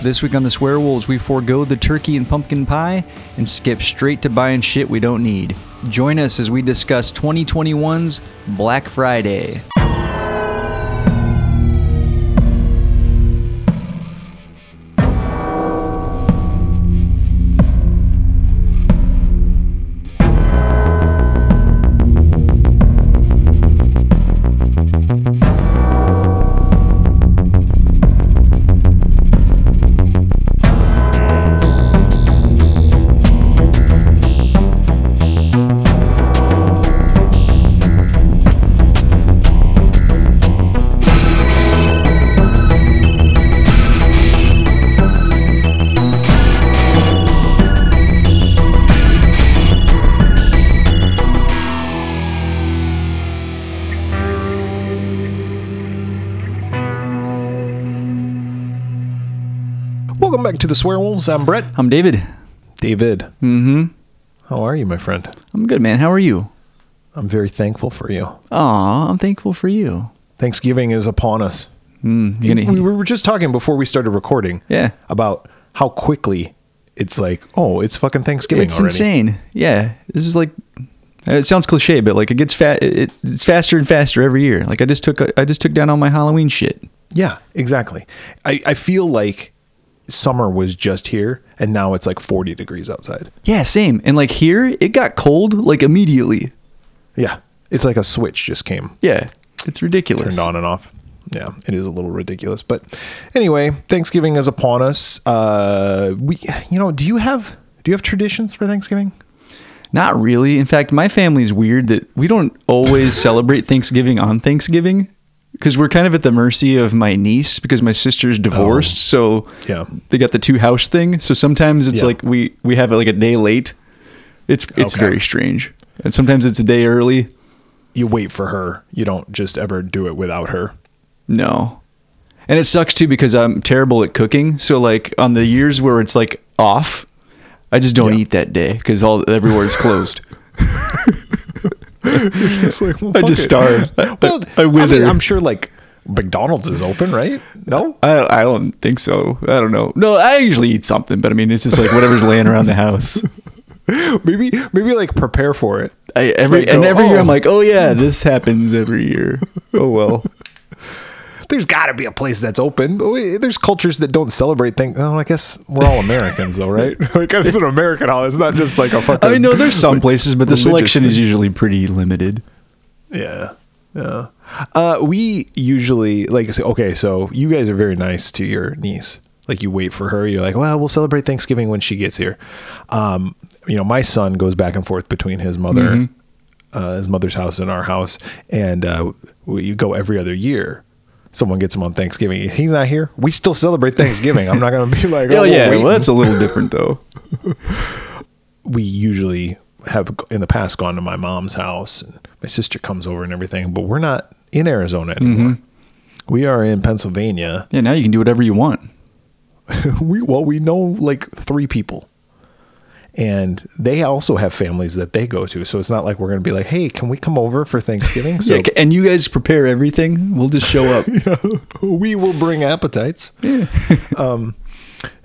This week on The Swearwolves, we forego the turkey and pumpkin pie and skip straight to buying shit we don't need. Join us as we discuss 2021's Black Friday. Welcome back to the Swearwolves. I'm Brett. I'm David. David. Mm-hmm. How are you, my friend? I'm good, man. How are you? I'm very thankful for you. Aw, I'm thankful for you. Thanksgiving is upon us. Mm, you We gonna, were just talking before we started recording yeah. about how quickly it's like, oh, it's fucking Thanksgiving It's already. insane. Yeah. This is like uh, it sounds cliche, but like it gets fat it, it's faster and faster every year. Like I just took I just took down all my Halloween shit. Yeah, exactly. I, I feel like summer was just here and now it's like 40 degrees outside. Yeah, same. And like here, it got cold like immediately. Yeah. It's like a switch just came Yeah, it's ridiculous. turned on and off. Yeah, it is a little ridiculous, but anyway, Thanksgiving is upon us. Uh, we, you know, do you have do you have traditions for Thanksgiving? Not really. In fact, my family's weird that we don't always celebrate Thanksgiving on Thanksgiving because we're kind of at the mercy of my niece because my sister's divorced. So Oh. Yeah. they got the two house thing. So sometimes it's Yeah. like we we have it like a day late. It's it's Okay. very strange, and sometimes it's a day early. You wait for her. You don't just ever do it without her. No. And it sucks too because I'm terrible at cooking. So like on the years where it's like off, I just don't eat that day because all everywhere is closed. It's like I just starve. I, Well, I, I wither. I, mean, I'm sure like McDonald's is open, right? No, I don't think so. I don't know. No, I usually eat something, but I mean, it's just like whatever's laying around the house. maybe maybe like prepare for it. I, every Like, and go, every year, I'm "Oh." like, oh yeah, this happens every year. Oh well. There's got to be a place that's open. We- There's cultures that don't celebrate things. Oh, I guess we're all Americans, though, right? like it's an American holiday. It's not just like a fucking. I mean, no, there's some places, but the Religious selection is thing. usually pretty limited. Yeah. Yeah. Uh, we usually like so- okay, so you guys are very nice to your niece. Like you wait for her. You're like, well, we'll celebrate Thanksgiving when she gets here. Um, you know, my son goes back and forth between his mother, uh, his mother's house and our house, and uh, we, you go every other year. Someone gets him on Thanksgiving. If He's not here. We still celebrate Thanksgiving. I'm not going to be like, oh Oh yeah, wait." well, that's a little different though. we usually have in the past gone to my mom's house and my sister comes over and everything, but we're not in Arizona anymore. We are in Pennsylvania. Yeah, now you can do whatever you want. we well, we know like three people. And they also have families that they go to. So it's not like we're going to be like, hey, can we come over for Thanksgiving? So yeah, c- and you guys prepare everything. We'll just show up. we will bring appetites. um,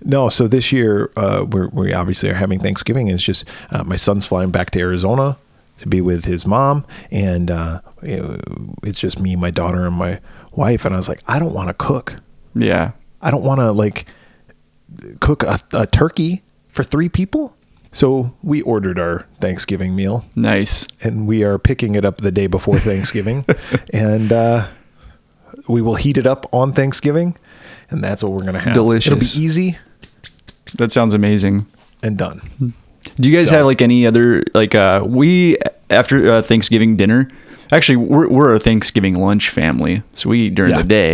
no, so this year uh, we're, we obviously are having Thanksgiving. And it's just uh, my son's flying back to Arizona to be with his mom, and uh, it- it's just me, my daughter, and my wife. And I was like, I don't want to cook. yeah. I don't want to like cook a, a turkey for three people. So we ordered our Thanksgiving meal Nice. and we are picking it up the day before Thanksgiving, and uh, we will heat it up on Thanksgiving, and that's what we're gonna have. Delicious. It'll be easy That sounds amazing. and done. Do you guys So- have like any other like uh we after uh, Thanksgiving dinner? Actually, we're we're a Thanksgiving lunch family, so we eat during Yeah. the day.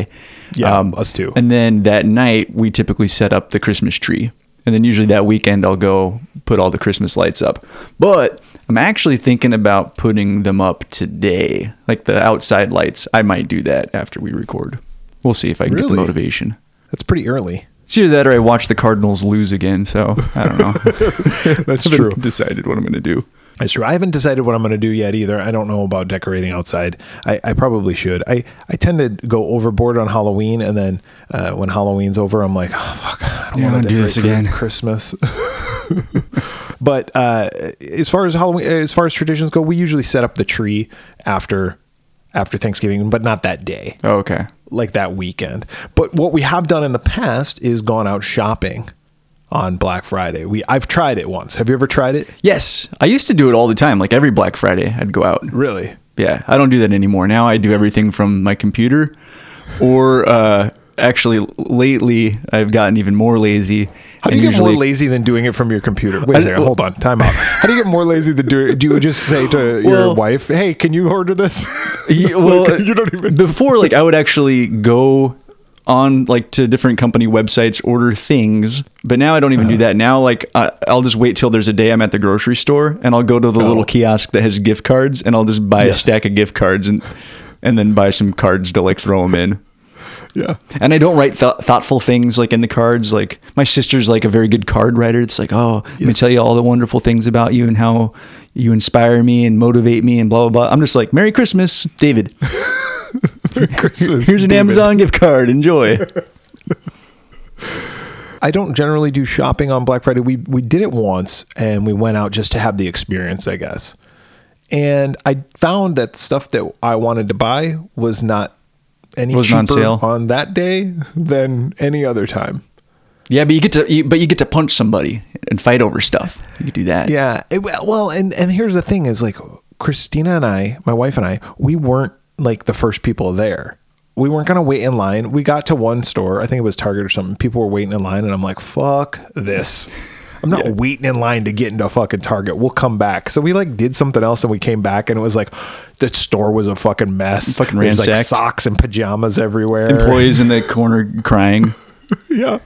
Um, Yeah, us too. And then that night we typically set up the Christmas tree. And then usually that weekend I'll go put all the Christmas lights up. But I'm actually thinking about putting them up today, like the outside lights. I might do that after we record. We'll see if I can get the Really? motivation. That's pretty early. It's either that or I watch the Cardinals lose again. So I don't know. That's I haven't decided what I'm going to do. It's true. I haven't decided what I'm going to do yet either. I don't know about decorating outside. I, I probably should. I, I tend to go overboard on Halloween, and then uh, when Halloween's over, I'm like, oh, fuck, I don't Yeah, I want wanna to do this again." Christmas. but uh, as far as Halloween, as far as traditions go, we usually set up the tree after after Thanksgiving, but not that day Oh, okay. like that weekend. But what we have done in the past is gone out shopping on Black Friday. We I've tried it once. Have you ever tried it? Yes, I used to do it all the time. Like every Black Friday, I'd go out. Really? Yeah, I don't do that anymore. Now I do everything from my computer, or uh, actually, lately I've gotten even more lazy. How do you get more lazy than doing it from your computer? Wait a I- second, hold on, time out. How do you get more lazy than doing? Do you just say to your Well- wife, "Hey, can you order this?" Yeah, well, Like, you don't even. before like I would actually go on like to different company websites order things, but now I don't even do Uh-huh. that. Now like I I'll just wait till there's a day I'm at the grocery store and I'll go to the Oh. little kiosk that has gift cards and I'll just buy a Yes. stack of gift cards and and then buy some cards to like throw them in. Yeah. And I don't write th- thoughtful things like in the cards. Like my sister's like a very good card writer. It's like, oh, let me tell you all the wonderful things about you and how you inspire me and motivate me and blah blah blah. I'm just like, Merry Christmas, David. Christmas. Here's an demon. Amazon gift card. Enjoy. I don't generally do shopping on Black Friday. We we did it once and we went out just to have the experience, I guess. And I found that stuff that I wanted to buy was not any Was cheaper not on sale. on that day than any other time. yeah, but you get to you, but you get to punch somebody and fight over stuff. You could do that. Yeah. It- well, and and here's the thing is like Christina and I, my wife and I, we weren't like the first people there. We weren't going to wait in line. We got to one store, I think it was Target or something. People were waiting in line and I'm like, "Fuck this." I'm not waiting in line to get into a fucking Target. We'll come back. So we like did something else and we came back and it was like the store was a fucking mess. Fucking There was, like ransacked. socks and pajamas everywhere. Employees in the corner crying. Yeah.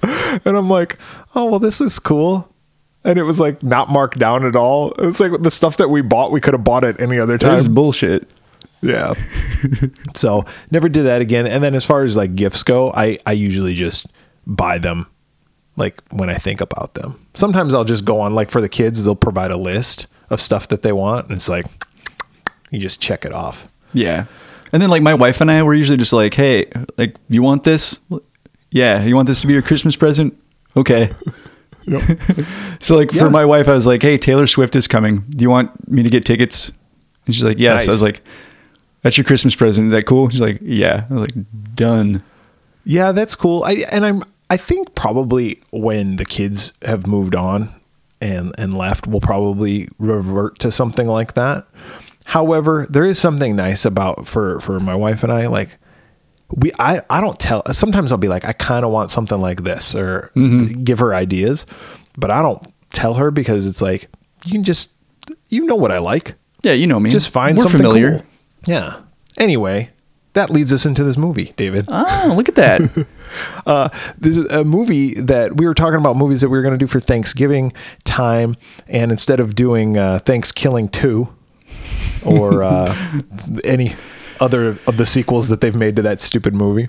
And I'm like, oh, well, this is cool. And it was like not marked down at all. It's like the stuff that we bought, we could have bought at any other time. That is bullshit. yeah. so never did that again. And then as far as like gifts go, I, I usually just buy them like when I think about them. Sometimes I'll just go on, like for the kids, they'll provide a list of stuff that they want. And it's like, you just check it off. Yeah. And then like my wife and I were usually just like, hey, like you want this? Yeah, you want this to be your Christmas present? Okay. so like Yeah. for my wife, I was like, hey, Taylor Swift is coming. Do you want me to get tickets? And she's like, yes. I Nice. was like, that's your Christmas present. Is that cool? She's like, yeah. I was like, done. Yeah, that's cool. I and I'm I think probably when the kids have moved on and and left, we'll probably revert to something like that. However, there is something nice about for for my wife and I like we I, I don't tell sometimes I'll be like I kind of want something like this or Mm-hmm. give her ideas, but I don't tell her because it's like you can just you know what I like. Yeah, you know me. Just find We're something familiar. cool. Yeah. Anyway, that leads us into this movie, David Oh, look at that. uh, this is a movie that we were talking about movies that we were going to do for Thanksgiving time, and instead of doing uh, Thanksgiving two or uh, any other of the sequels that they've made to that stupid movie,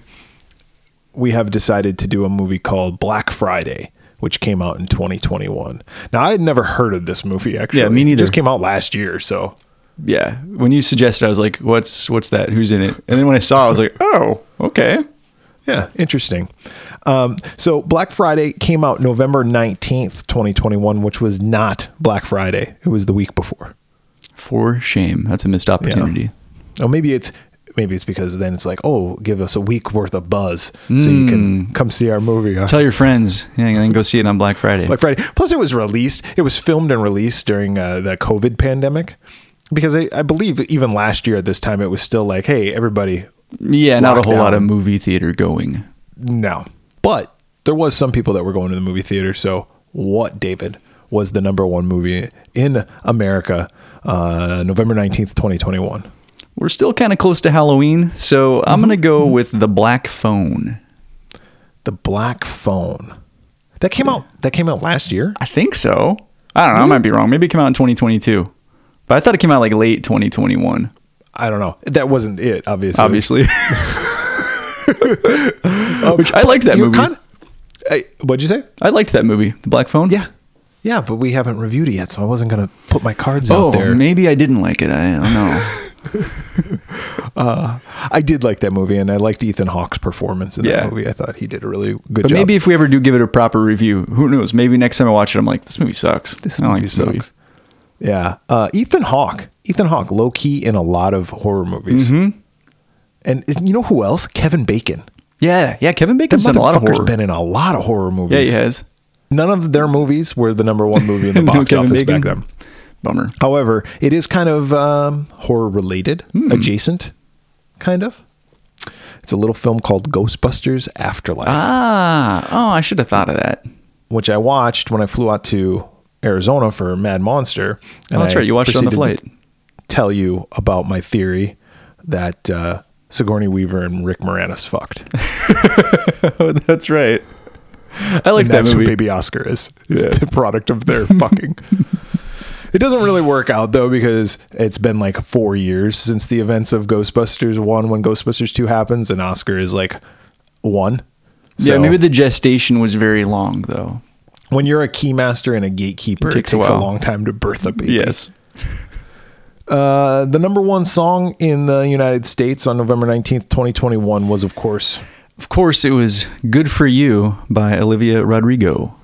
we have decided to do a movie called Black Friday. Which came out in 2021. Now I had never heard of this movie actually. me It neither. just came out last year, so yeah. When you suggested, I was like, what's what's that? Who's in it? And then when I saw, it, I was like, oh, okay. Yeah, interesting. Um, so Black Friday came out November 19th, 2021, which was not Black Friday. It was the week before. For shame. That's a missed opportunity. Oh, maybe it's maybe it's because then it's like, "Oh, give us a week worth of buzz so you can come see our movie." huh? Tell your friends, yeah, and then go see it on Black Friday. Black Friday. Plus it was released. It was filmed and released during uh, the COVID pandemic. Because I, I believe even last year at this time it was still like, "Hey, everybody, yeah, not a whole Lockdown. lot of movie theater going. No. But there was some people that were going to the movie theater. So what, David, was the number one movie in America uh, November 19th, 2021? We're still kind of close to Halloween, so I'm gonna Mm-hmm. go with the Black Phone. The Black Phone. That came out that came out last year. I think so. I Mm-hmm. don't know. I might be wrong. Maybe it came out in 2022, but I thought it came out like late 2021. I don't know. That wasn't it, obviously. Obviously, which I liked that You're movie. kind- Hey, what'd you say? I liked that movie, The Black Phone. Yeah. Yeah, but we haven't reviewed it yet, so I wasn't gonna put my cards Oh, out there. maybe I didn't like it. I don't know. I did like that movie, and I liked Ethan Hawke's performance in Yeah. that movie. I thought he did a really good But job. maybe if we ever do give it a proper review, who knows? Maybe next time I watch it, I'm like, this movie sucks. This I don't like movie this movie. sucks. yeah, uh, Ethan Hawke. Ethan Hawke, low key in a lot of horror movies. Mm-hmm. And you know who else? Kevin Bacon. Yeah, yeah. Kevin That Bacon's done a lot of motherfucker's horror. been in a lot of horror yeah, movies. he has. None of their movies were the number one movie in the No box Kevin office Bacon. back then. Bummer. However, it is kind of um, horror related, Hmm. adjacent, kind of. It's a little film called Ghostbusters Afterlife, Ah, oh, I should have thought of that. which I watched when I flew out to Arizona for Mad Monster. Oh, that's I right. You watched it on the proceeded flight. to Tell you about my theory that uh, Sigourney Weaver and Rick Moranis fucked. oh, that's right. I like And that that's movie. who Baby Oscar is. It's Yeah. the product of their fucking. it doesn't really work out though because it's been like four years since the events of Ghostbusters one when Ghostbusters two happens and Oscar is like one. yeah, So maybe the gestation was very long though. when you're a keymaster and a gatekeeper, it takes, takes a a, while. long time to birth a baby. Uh, the number one song in the United States on November nineteenth, twenty twenty one, was of course Of course, it was "Good for You" by Olivia Rodrigo.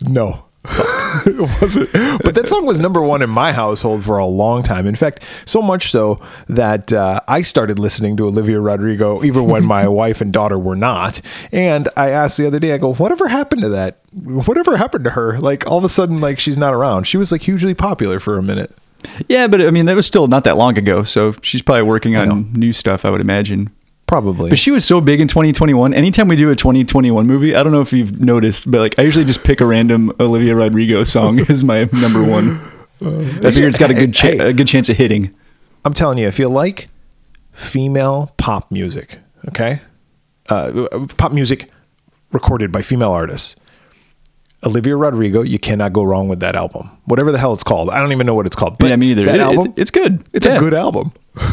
No. it wasn't. But that song was number one in my household for a long time. In fact, so much so that uh, I started listening to Olivia Rodrigo even when my wife and daughter were not. And I asked the other day, I go, whatever happened to that? Whatever happened to her? Like all of a sudden, like she's not around. She was like hugely popular for a minute. Yeah, but I mean that was still not that long ago, so she's probably working on new stuff, I would imagine. Probably. But she was so big in 2021. Anytime we do a 2021 movie, I don't know if you've noticed, but like I usually just pick a random Olivia Rodrigo song as my number one. Uh, I figure it's got a good cha- Hey. a good chance of hitting. I'm telling you, if you like female pop music, okay, uh, pop music recorded by female artists, Olivia Rodrigo, you cannot go wrong with that album. Whatever the hell it's called, I don't even know what it's called. But yeah, me either. That It- album, it's, it's good. it's Yeah. a good album.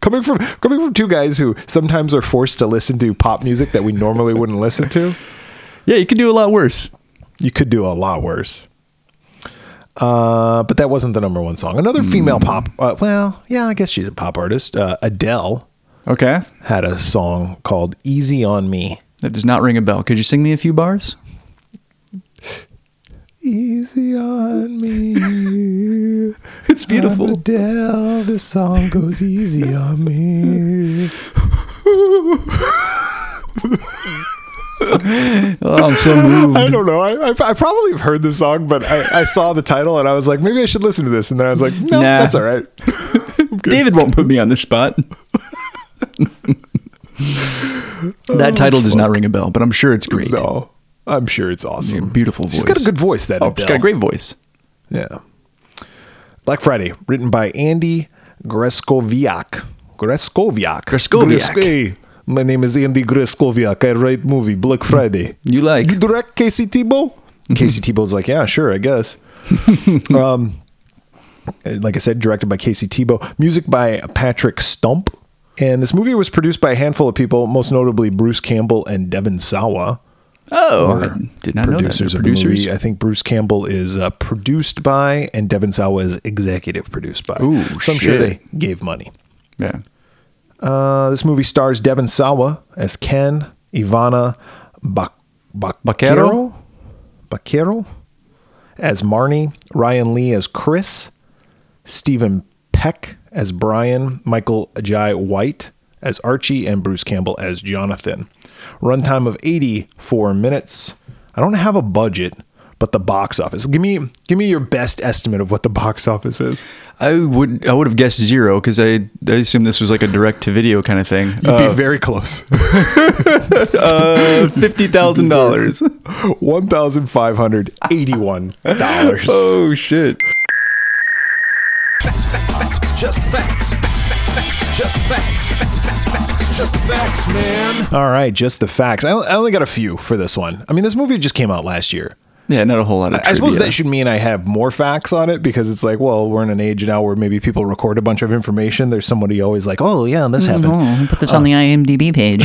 coming from coming from two guys who sometimes are forced to listen to pop music that we normally wouldn't listen to, Yeah, you could do a lot worse. you could do a lot worse. Uh, but that wasn't the number one song. Another female pop. Uh, well, yeah, I guess she's a pop artist. Uh, Adele Okay, had a song called Easy on Me. that does not ring a bell. Could you sing me a few bars? Easy on me. It's beautiful. I'm Adele, this song goes easy on me. Oh, I'm so moved. I don't know. I, I, I probably have heard the song, but I, I saw the title and I was like, maybe I should listen to this. And then I was like, no, Nah. that's all right. David won't put me on the spot. that title Oh, does not ring a bell, but I'm sure it's great. No, I'm sure it's awesome. Beautiful voice. She's got a good voice, that Oh, Adele. she's got a great voice. Yeah. Black Friday, written by Andy Greskoviak. Greskoviak. Greskoviak. Hey, my name is Andy Greskoviak. I write movie Black Friday. You like? Mm-hmm. You direct Casey Tebow? Casey Tebow's like, yeah, sure, I guess. um, like I said, directed by Casey Tebow. Music by Patrick Stump. And this movie was produced by a handful of people, most notably Bruce Campbell and Devin Sawa Oh, or I did not know that. They're producers of the producers. movie. I think Bruce Campbell is uh, produced by, and Devin Sawa is executive produced by. Ooh, so I'm sure they shit. gave money. Yeah. Uh, this movie stars Devin Sawa as Ken, Ivana Bac- Bac- Baquero? Baquero as Marnie, Ryan Lee as Chris, Stephen Peck as Brian, Michael Jai White as Archie, and Bruce Campbell as Jonathan. Runtime of 84 minutes. I don't have a budget, but the box office. Give me give me your best estimate of what the box office is. I would I would have guessed zero because I I assumed this was like a direct to video kind of thing. You'd be very close. fifty thousand dollars. One thousand five hundred eighty-one dollars. Oh shit! Facts, facts, facts, facts, just facts. Facts, facts, facts, just facts. Facts, facts, facts, just facts, man. All right, just the facts. I, I only got a few for this one. I mean, this movie just came out last year. Yeah, not a whole lot of. I suppose trivia. that should mean I have more facts on it because it's like, well, we're in an age now where maybe people record a bunch of information. There's somebody always like, oh yeah, this happened, Oh, put this on Uh, the IMDb page.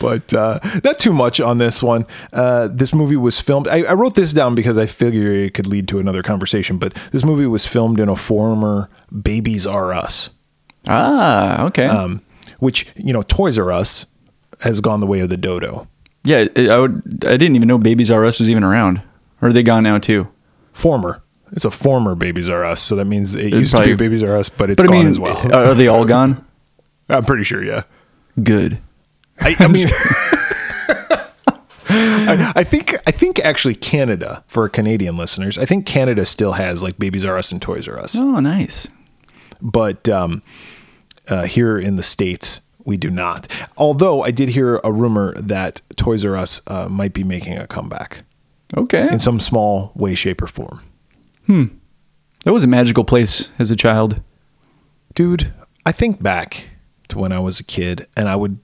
but uh, not too much on this one. Uh, this movie was filmed. I, I wrote this down because I figured it could lead to another conversation. But this movie was filmed in a former Babies R Us, Ah, okay. um, which you know, Toys R Us has gone the way of the dodo. yeah, it- I would. I didn't even know Babies R Us is even around. Or are they gone now too? Former. It's a former Babies R Us, so that means it used probably- to be Babies R Us, but it's But gone I mean, uh, as well. are, are they all gone? I'm pretty sure, yeah. Good. I, I mean, I, I think I think actually Canada for Canadian listeners, I think Canada still has like Babies R Us and Toys R Us, Oh, nice. but um, uh, here in the states we do not. Although I did hear a rumor that Toys R Us uh, might be making a comeback Okay. in some small way, shape, or form. That was a magical place as a child. dude i think back to when i was a kid and i would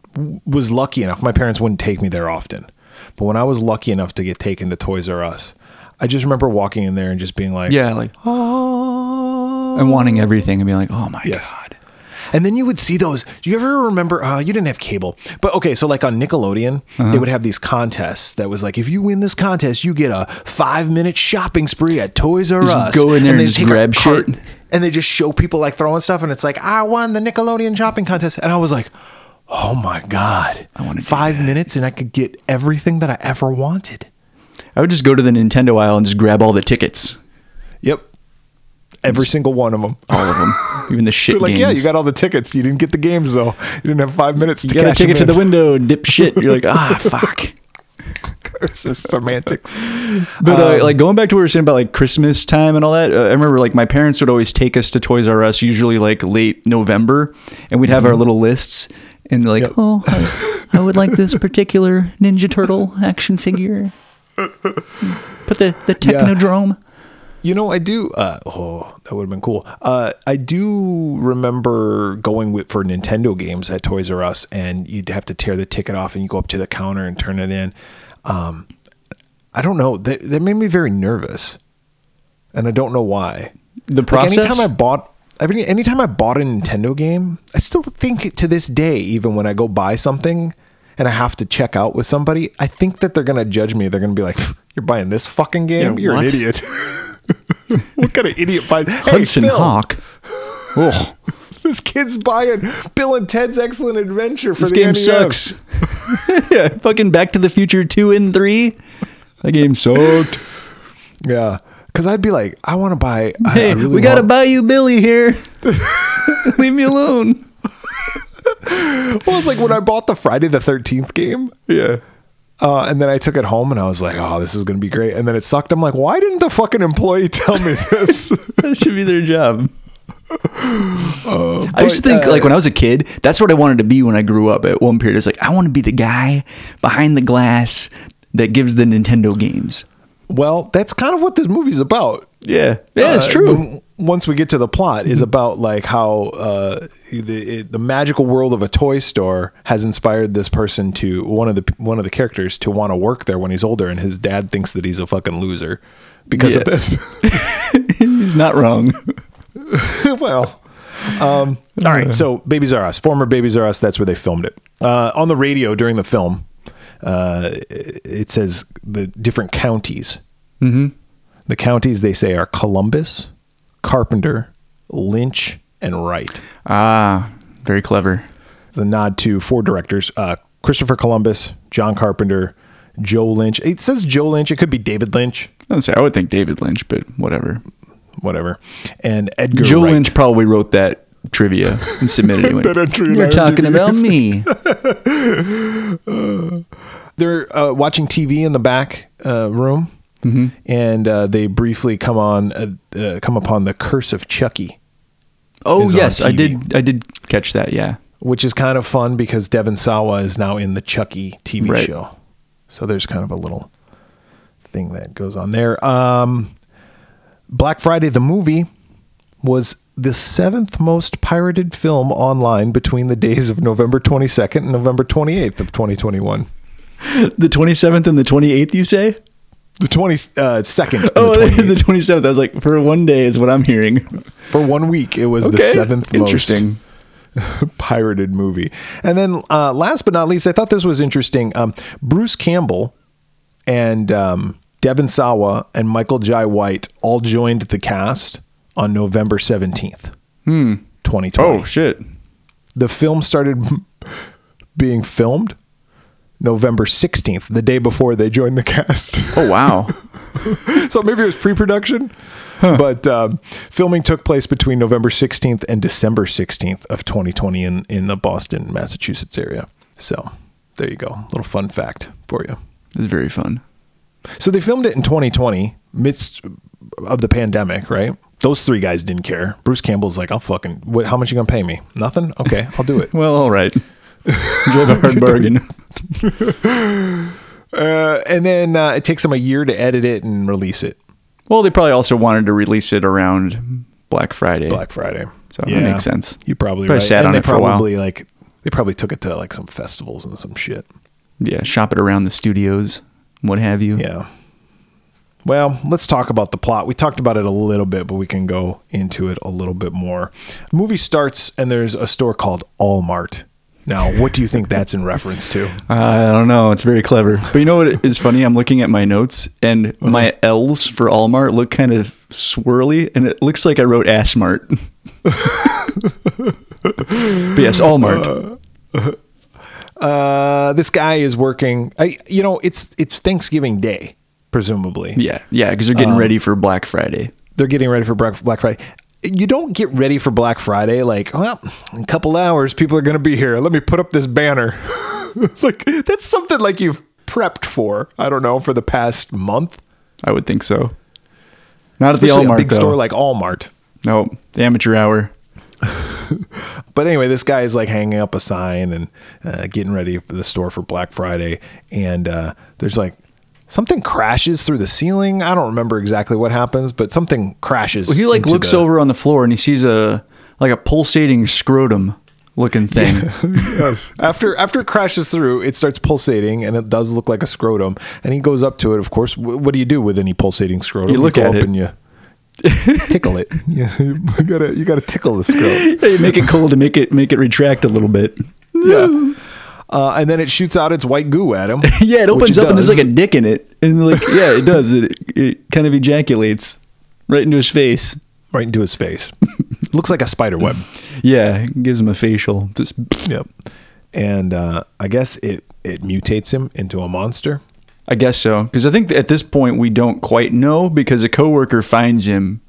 was lucky enough my parents wouldn't take me there often but when i was lucky enough to get taken to toys r us i just remember walking in there and just being like Yeah, like oh and wanting everything and being like, oh my Yes. god. and then you would see those do you ever remember uh, you didn't have cable but okay so like on nickelodeon Uh-huh. they would have these contests that was like if you win this contest you get a five minute shopping spree at toys r Just us go in there and they just take a grab cart- shit. and they just show people like throwing stuff and it's like i won the nickelodeon shopping contest and i was like oh my god i wanna do five minutes and i could get everything that i ever wanted I would just go to the Nintendo aisle and just grab all the tickets, yep every single one of them all of them, even the shit They're like, games. yeah, you got all the tickets. You didn't get the games though. You didn't have five minutes You to got a cash 'em ticket to in." the window, dipshit. You're like, ah, fuck. it's just semantics. But um, uh, like going back to what we were saying about like Christmas time and all that, uh, I remember like my parents would always take us to Toys R Us, usually like late November, and we'd have our little lists and like, Mm-hmm. Yep. oh, Oh, I, I would like this particular Ninja Turtle action figure. Put the, the Technodrome. You know, I do. Uh, oh, that would have been cool. Uh, I do remember going with for Nintendo games at Toys R Us, and you'd have to tear the ticket off, and you go up to the counter and turn it in. Um, I don't know. That, that made me very nervous, and I don't know why. the process. Like anytime I bought, I mean, anytime I bought a Nintendo game, I still think to this day, even when I go buy something and I have to check out with somebody, I think that they're gonna judge me. They're gonna be like, "You're buying this fucking game? Yeah, You're what?" an idiot." what kind of idiot buys? Hey, Hudson Phil, Hawk. Oh, This kid's buying Bill and Ted's Excellent Adventure for this the E game NES. sucks. yeah, fucking Back to the Future two and three. That game sucked. Yeah, because I'd be like, I want to buy. I- I Hey, really we gotta want- buy you Billy here. Leave me alone. Well, it's like when I bought the Friday the Thirteenth game. Yeah. Uh, and then I took it home and I was like, oh, this is going to be great. And then it sucked. I'm like, why didn't the fucking employee tell me this? That should be their job. I used to but, think, uh, like, when I was a kid, that's what I wanted to be when I grew up. At one period, it's like, I want to be the guy behind the glass that gives the Nintendo games. well, that's kind of what this movie's about. Yeah. Yeah, it's Uh, true. Mm-hmm. when- once we get to the plot, is about like how uh, the it, the magical world of a toy store has inspired this person to one of the one of the characters to want to work there when he's older, and his dad thinks that he's a fucking loser because of Yeah. this. He's not wrong. well, um, all right. So, Babies R Us, former Babies R Us, that's where they filmed it. Uh, on the radio during the film, uh, it says the different counties. Mm-hmm. The counties they say are Columbus, Carpenter, Lynch, and Wright. Ah, very clever. The nod to four directors: uh, Christopher Columbus, John Carpenter, Joe Lynch. It says Joe Lynch. It could be David Lynch. I would say I would think David Lynch, but whatever. Whatever. And Edgar Joe Wright. Lynch probably wrote that trivia and submitted it. That entry in You're talking IMDb. about me. they're uh, watching TV in the back uh, room, Mm-hmm. and uh, they briefly come on uh, uh, come upon the Curse of Chucky, Oh Is on yes, I TV. did. I did catch that. Yeah. which is kind of fun because Devin Sawa is now in the Chucky TV Right. show, so there's kind of a little thing that goes on there. Um, Black Friday the movie was the seventh most pirated film online between the days of November 22nd and November 28th of 2021. The 27th and the 28th, you say? The twenty uh, second. and Oh, the 28th. the twenty seventh. I was like, for one day is what I'm hearing. for one week, it was the seventh most Interesting. pirated movie. And then, uh, last but not least, I thought this was interesting. Um, Bruce Campbell and um, Devin Sawa and Michael Jai White all joined the cast on November seventeenth, twenty twenty. Oh shit. the film started being filmed November 16th, the day before they joined the cast. Oh wow. so maybe it was pre production, but um, filming took place between November 16th and December 16th of 2020 in, in the Boston, Massachusetts area. So there you go. Little fun fact for you. it's very fun. So they filmed it in 2020, midst of the pandemic, right? Those three guys didn't care. Bruce Campbell's like, I'll fucking, what, how much you gonna pay me? Nothing? Okay, I'll do it. Well, all right. Drove a hard bargain. Uh, and then uh, it takes them a year to edit it and release it Well, they probably also wanted to release it around Black Friday. Black Friday. So that makes sense. You probably, Probably right. sat and on they it for a while. probably like they probably took it to like some festivals and some shit. Yeah, shop it around the studios, what have you. Yeah. Well, let's talk about the plot. We talked about it a little bit, but we can go into it a little bit more. The movie starts and there's a store called Allmart. Now, what do you think that's in reference to? Uh, I don't know. It's very clever. But you know what is funny? I'm looking at my notes and Uh-huh. my L's for Almart look kind of swirly and it looks like I wrote Ashmart. but yes, Almart. Uh, this guy is working. I, you know, it's it's Thanksgiving Day, presumably. yeah, yeah, because they're getting ready for Black Friday. they're getting ready for Black Black Friday. You don't get ready for Black Friday like, well, in a couple hours people are going to be here. Let me put up this banner. like that's something like you've prepped for. I don't know for the past month. I would think so. Not at Especially the Almart a big though. store like Allmart. no, the amateur hour. But anyway, this guy is like hanging up a sign and uh, getting ready for the store for Black Friday, and uh, there's like something crashes through the ceiling. I don't remember exactly what happens, but something crashes. He like into looks the- over on the floor and he sees a like a pulsating scrotum looking thing. yes. After after it crashes through, it starts pulsating, and it does look like a scrotum. And he goes up to it. Of course, Wh- what do you do with any pulsating scrotum? You look go at up it. and you tickle it. Yeah, you gotta you gotta tickle the scrotum. Yeah, you make it cold to make it make it retract a little bit. Yeah. Uh, and then it shoots out its white goo at him. Yeah, it which opens up and there's does. like a dick in it, and like yeah, it does. It it kind of ejaculates right into his face. right into his face. Looks like a spider web. Yeah, it gives him a facial. Just Yep. And uh, I guess it it mutates him into a monster. I guess so, because I think at this point we don't quite know because a coworker finds him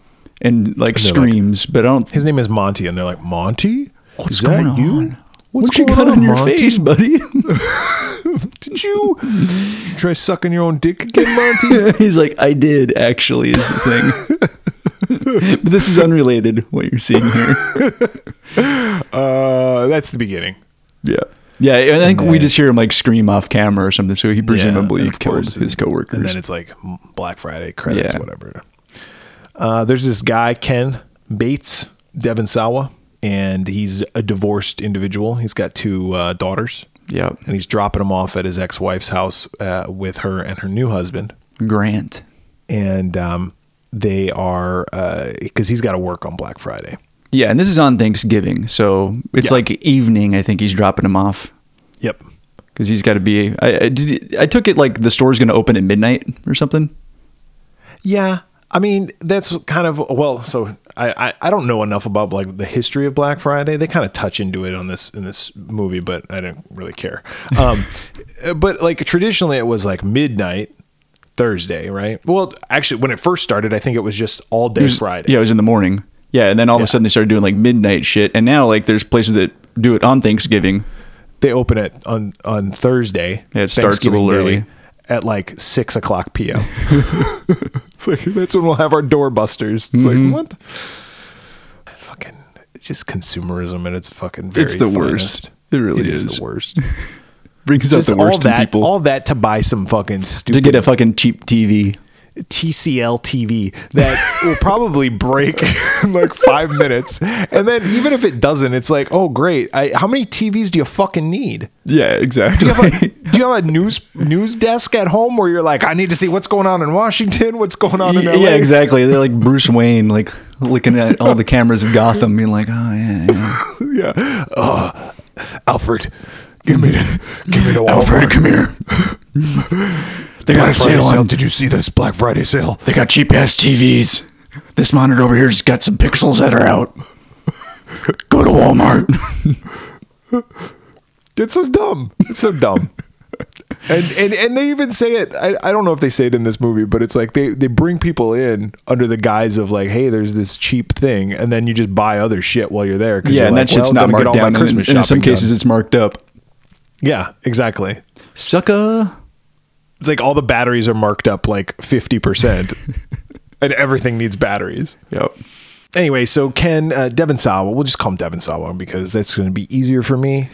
and like they're like, screams, but I don't. His name is Monty, and they're like, Monty, What's Is going that on? you? what What's you got on your Monty? face, buddy? Did you, did you try sucking your own dick again, Monty? He's like, I did actually is the thing. but this is unrelated. What you're seeing here. uh, that's the beginning. Yeah. Yeah, and I think we then- just hear him like scream off camera or something. So he presumably and of killed his course, and- And coworkers. then it's like Black Friday credits, Yeah. whatever. Uh, there's this guy, Ken Bates, Devin Sawa, and he's a divorced individual. He's got two uh, daughters, yeah, and he's dropping them off at his ex wife's house uh, with her and her new husband. Grant. And um, they are, because he's got to work on Black Friday. Yeah, and this is on Thanksgiving, so it's Yeah. like evening. I think he's dropping him off Yep. because he's got to be. I, I did. I took it like the store's going to open at midnight or something. Yeah. I mean, that's kind of well, so I, I, I don't know enough about like the history of Black Friday. They kind of touch into it on this in this movie, but I didn't really care. Um, but like traditionally it was like midnight Thursday, right? Well, actually when it first started, I think it was just all day It was- Friday. Yeah, it was in the morning. Yeah, and then all of Yeah. a sudden they started doing like midnight shit, and now like there's places that do it on Thanksgiving. They open it on on Thursday. Yeah, it starts a little early. Thanksgiving at like six o'clock p.m. it's like that's when we'll have our doorbusters. It's Mm-hmm. like what? Fucking it's just consumerism and it's fucking. Very It's the worst. finest. It really is. is. the worst. Brings out just the worst all in that, people all that to buy some fucking stupid to get a fucking cheap TV. TCL TV that will probably break in like five minutes. And then even if it doesn't, it's like, oh great. I, how many TVs do you fucking need? Yeah, exactly. Do you, have a, do you have a news news desk at home where you're like, I need to see what's going on in Washington, what's going on in LA? yeah, exactly. They're like Bruce Wayne, like looking at all the cameras of Gotham, being like, "Oh yeah, yeah. Yeah. Oh, Alfred, give me the, give me the Walmart. Alfred, come here." They got a Black Friday sale sale. on. Did you see this Black Friday sale? They got cheap ass TVs. This monitor over here's got some pixels that are out. Go to Walmart. It's so dumb. It's so dumb. And, and and they even say it. I, I don't know if they say it in this movie, but it's like they, they bring people in under the guise of like, hey, there's this cheap thing, and then you just buy other shit while you're there. 'cause Yeah, you're and like, that shit's well, not gonna get marked all my down. And, in- Christmas and in some shopping done. cases, it's marked up. yeah, exactly. Sucker. It's like all the batteries are marked up like fifty percent, and everything needs batteries. Yep. Anyway, so Ken uh, Devin Sawa, we'll just call him Devin Sawa because that's going to be easier for me.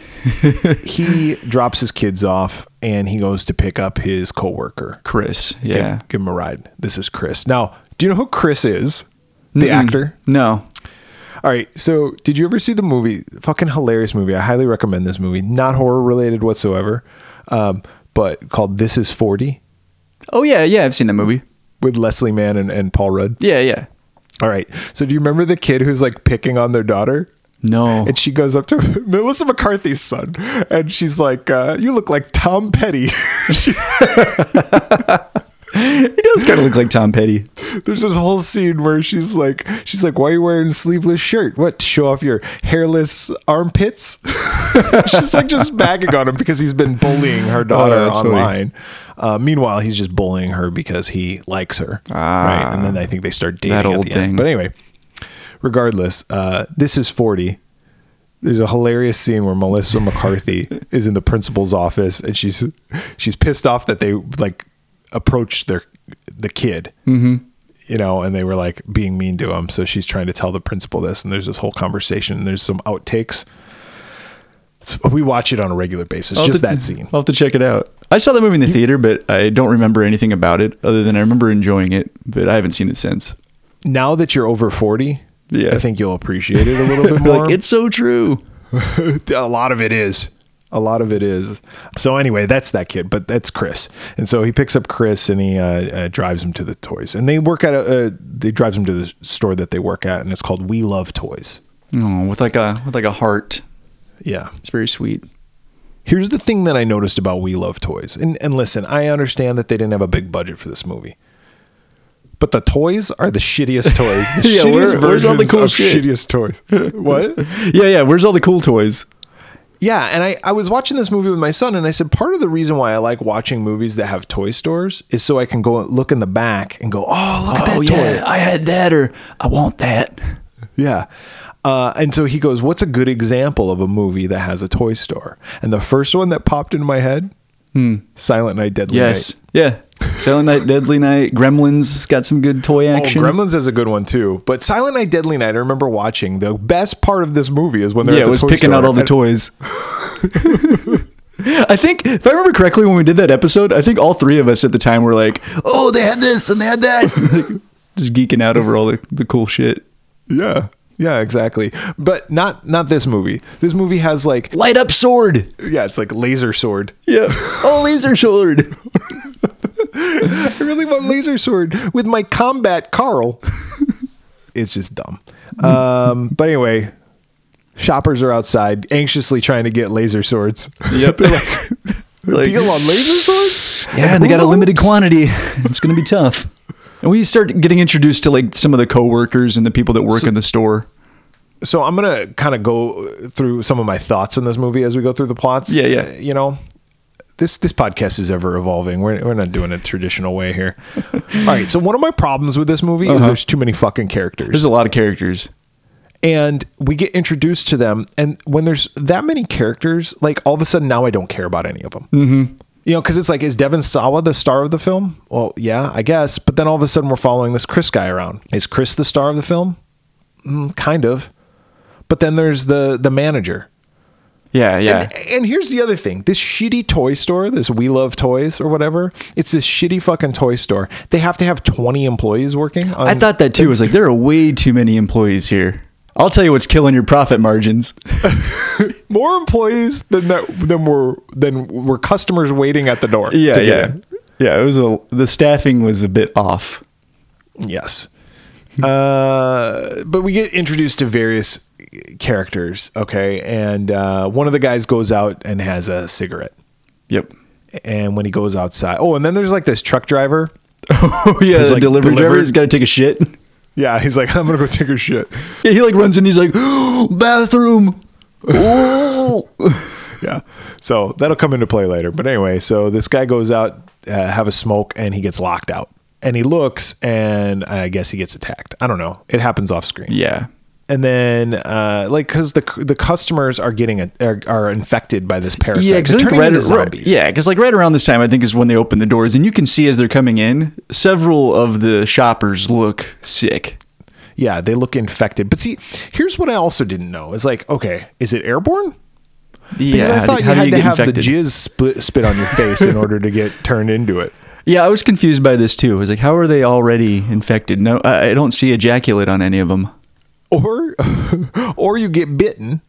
he drops his kids off and he goes to pick up his coworker. Chris. Yeah. Give him a ride. This is Chris. Now, do you know who Chris is? The Mm-mm. actor. No. All right. So, did you ever see the movie? Fucking hilarious movie. I highly recommend this movie. Not horror related whatsoever, um, but called This Is 40 Oh yeah, yeah. I've seen that movie. with Leslie Mann and, and Paul Rudd. Yeah, yeah. All right. So, do you remember the kid who's like picking on their daughter? No. And she goes up to Melissa McCarthy's son, and she's like, uh, "You look like Tom Petty." She- he does kind of look like Tom Petty. There's this whole scene where she's like, "She's like, why are you wearing a sleeveless shirt? What to show off your hairless armpits?" she's like just bagging on him because he's been bullying her daughter Oh, that's funny. online. Uh, meanwhile, he's just bullying her because he likes her, right? And then I think they start dating Ah. that at old the end. thing. But anyway, regardless, uh, this is forty. there's a hilarious scene where Melissa McCarthy is in the principal's office and she's she's pissed off that they like approached their the kid. Mm-hmm. You know, and they were like being mean to him. So she's trying to tell the principal this, and there's this whole conversation. And there's some outtakes. It's- we watch it on a regular basis, I'll just have to- that scene. I'll have to check it out. I saw the movie in the theater, but I don't remember anything about it other than I remember enjoying it, but I haven't seen it since. Now that you're over forty, Yeah. I think you'll appreciate it a little bit more. like it's so true. a lot of it is a lot of it is so anyway that's that kid but that's chris and so he picks up chris and he uh, uh, drives him to the toys and they work at a uh, they drives him to the store that they work at and it's called we love toys Oh, with like a with like a heart. yeah It's very sweet. here's the thing that i noticed about we love toys and, and listen i understand that they didn't have a big budget for this movie but the toys are the shittiest toys the Yeah, shittiest where- where's all the versions cool of shit? shittiest toys what Yeah, yeah. Where's all the cool toys? Yeah, and I, I was watching this movie with my son, and I said part of the reason why I like watching movies that have toy stores is so I can go and look in the back and go, oh, look at that toy. I had that, or I want that. Yeah. Uh, and so he goes, what's a good example of a movie that has a toy store? And the first one that popped into my head, Silent Night, Deadly Hmm. Yes, Night. yeah. Silent Night, Deadly Night, Gremlins got some good toy Oh, action. Gremlins has a good one too, but Silent Night, Deadly Night. I remember watching the best part of this movie is when they're yeah, at it the was toy picking store. out all the And- toys. I think, if I remember correctly, when we did that episode, I think all three of us at the time were like, "Oh, they had this and they had that," just geeking out over all the, the cool shit. Yeah, yeah, exactly. But not not this movie. This movie has like, Light up sword. yeah, it's like laser sword. Yeah. Oh, laser sword. I really want laser sword with my combat Carl. it's just dumb. Um, but anyway, shoppers are outside anxiously trying to get laser swords. Yep. Like- Deal on laser swords? Yeah, and they got a limited Oops. quantity. It's going to be tough. And we start getting introduced to like some of the coworkers and the people that work in the store. So I'm gonna kind of go through some of my thoughts in this movie as we go through the plots. Yeah, yeah. Uh, You know. This, this podcast is ever evolving. We're, we're not doing it traditional way here. All right. So one of my problems with this movie Uh-huh. is there's too many fucking characters. There's a lot of characters. and we get introduced to them and when there's that many characters like all of a sudden now i don't care about any of them mm-hmm. you know because it's like is devin sawa the star of the film well yeah i guess but then all of a sudden we're following this chris guy around is chris the star of the film mm, kind of but then there's the the manager Yeah, yeah. And, and here's the other thing: this shitty toy store, this We Love Toys or whatever, it's this shitty fucking toy store. They have to have 20 employees working. On, I thought that too. It was like there are way too many employees here. I'll tell you what's killing your profit margins. more employees than that than were than were customers waiting at the door. Yeah, to get yeah, in. yeah. It was a the staffing was a bit off. Yes. Uh, but we get introduced to various characters, okay? And uh, one of the guys goes out and has a cigarette. Yep. And when he goes outside, oh, and then there's like this truck driver. Oh yeah, There's, the like, delivery driver delivered- has got to take a shit. Yeah, he's like, I'm gonna go take a shit. Yeah, he like runs in. He's like, bathroom. Ooh. yeah. So that'll come into play later. But anyway, so this guy goes out, uh, have a smoke, and he gets locked out. And he looks, and I guess he gets attacked. I don't know. It happens off screen. yeah. and then uh, like because the the customers are getting a, are, are infected by this parasite. Yeah, They're because turning right, into right- zombies. yeah, 'cause, like right around this time, I think is when they open the doors, and you can see as they're coming in, several of the shoppers look sick. yeah, they look infected. But see, here's what I also didn't know is like, okay, is it airborne? Because Yeah, I thought you had to have the jizz split, spit on your face in order to get turned into it. yeah, I was confused by this too. I was like, how are they already infected? No, I, I don't see ejaculate on any of them. or or you get bitten,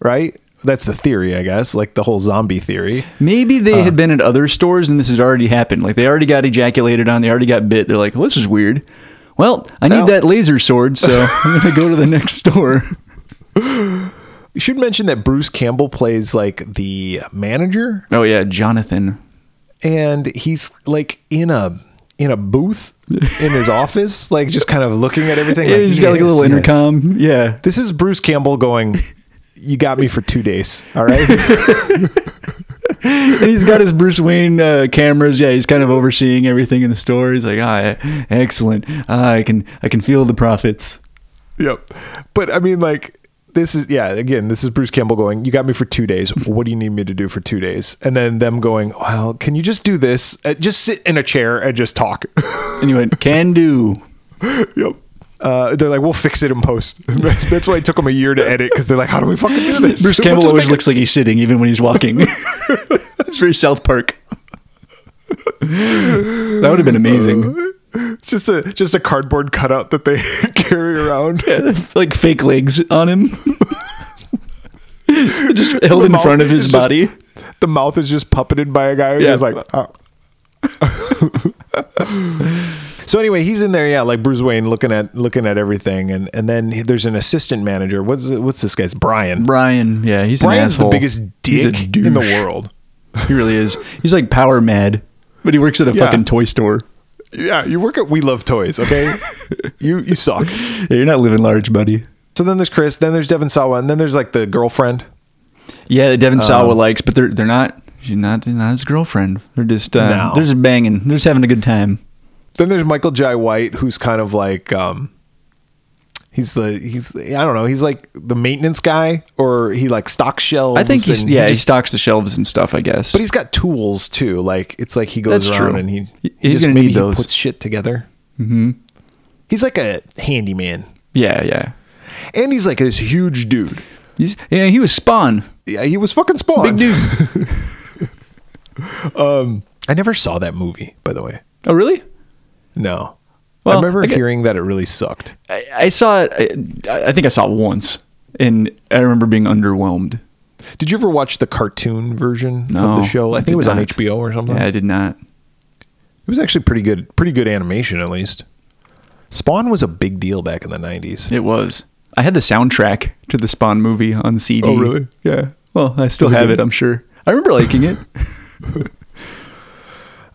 right? That's the theory, I guess, like the whole zombie theory. Maybe they Uh. had been at other stores and this had already happened. Like they already got ejaculated on, they already got bit. They're like, well, this is weird. Well, I need Well- that laser sword, so I'm gonna go to the next store. You should mention that Bruce Campbell plays like the manager Oh yeah, Jonathan. and he's like in a in a booth in his office, like just kind of looking at everything. Yeah, he's got like a yes, little yes. intercom. Yeah. This is Bruce Campbell going. You got me for two days. All right. And he's got his Bruce Wayne uh, cameras. Yeah, he's kind of overseeing everything in the store. He's like, ah, e- excellent. Ah, I can I can feel the profits. yep. But I mean, like this is yeah. Again, this is Bruce Campbell going. You got me for two days. What do you need me to do for two days? And then them going. Well, can you just do this? Uh, just sit in a chair and just talk. And he went, can do. yep. Uh, they're like, we'll fix it in post. That's why it took them a year to edit because they're like, how do we fucking do this? Bruce We'll Campbell just always make it- looks like he's sitting, even when he's walking. it's very South Park. That would have been amazing. It's just a just a cardboard cutout that they carry around. like fake legs on him. Just held in mouth front of is his just- body. The mouth is just puppeted by a guy who's Yeah. just like. "Ah." "Oh." so anyway, he's in there, yeah, like Bruce Wayne, looking at looking at everything, and and then there's an assistant manager. What's what's this guy's Brian? Brian, yeah, he's an Brian's the asshole. biggest He's a dick in the douche. world. He really is. He's like power mad, but he works at a Yeah. fucking toy store. Yeah, you work at We Love Toys, okay? you you suck. Yeah, you're not living large, buddy. So then there's Chris, then there's Devin Sawa, and then there's like the girlfriend. Yeah, Devin Sawa likes, but they're they're not. She's not they're not his girlfriend. They're just uh, No. they're just banging. They're just having a good time. Then there's Michael Jai White, who's kind of like um he's the he's I don't know, he's like the maintenance guy or he like stock shelves. I think he's and yeah he, he just- stocks the shelves and stuff. I guess. but he's got tools too. Like it's like he goes That's around true. and he, He's he just- gonna maybe need he those. puts shit together. Mm-hmm. He's like a handyman. yeah, yeah. And he's like this huge dude. He's yeah he was Spawn. Yeah, he was fucking Big spawn. dude. I never saw that movie, by the way. oh really? No. Well, I remember okay. hearing that it really sucked. I, I saw it. I, I think I saw it once, and I remember being underwhelmed. Did you ever watch the cartoon version No, of the show? I, think did it was on not. HBO or something. Yeah, I did not. It was actually pretty good, pretty good animation at least. Spawn was a big deal back in the nineties. It was. I had the soundtrack to the Spawn movie on CD. Oh, really? Yeah. Well, I still Was it have good? it. I'm sure. I remember liking it.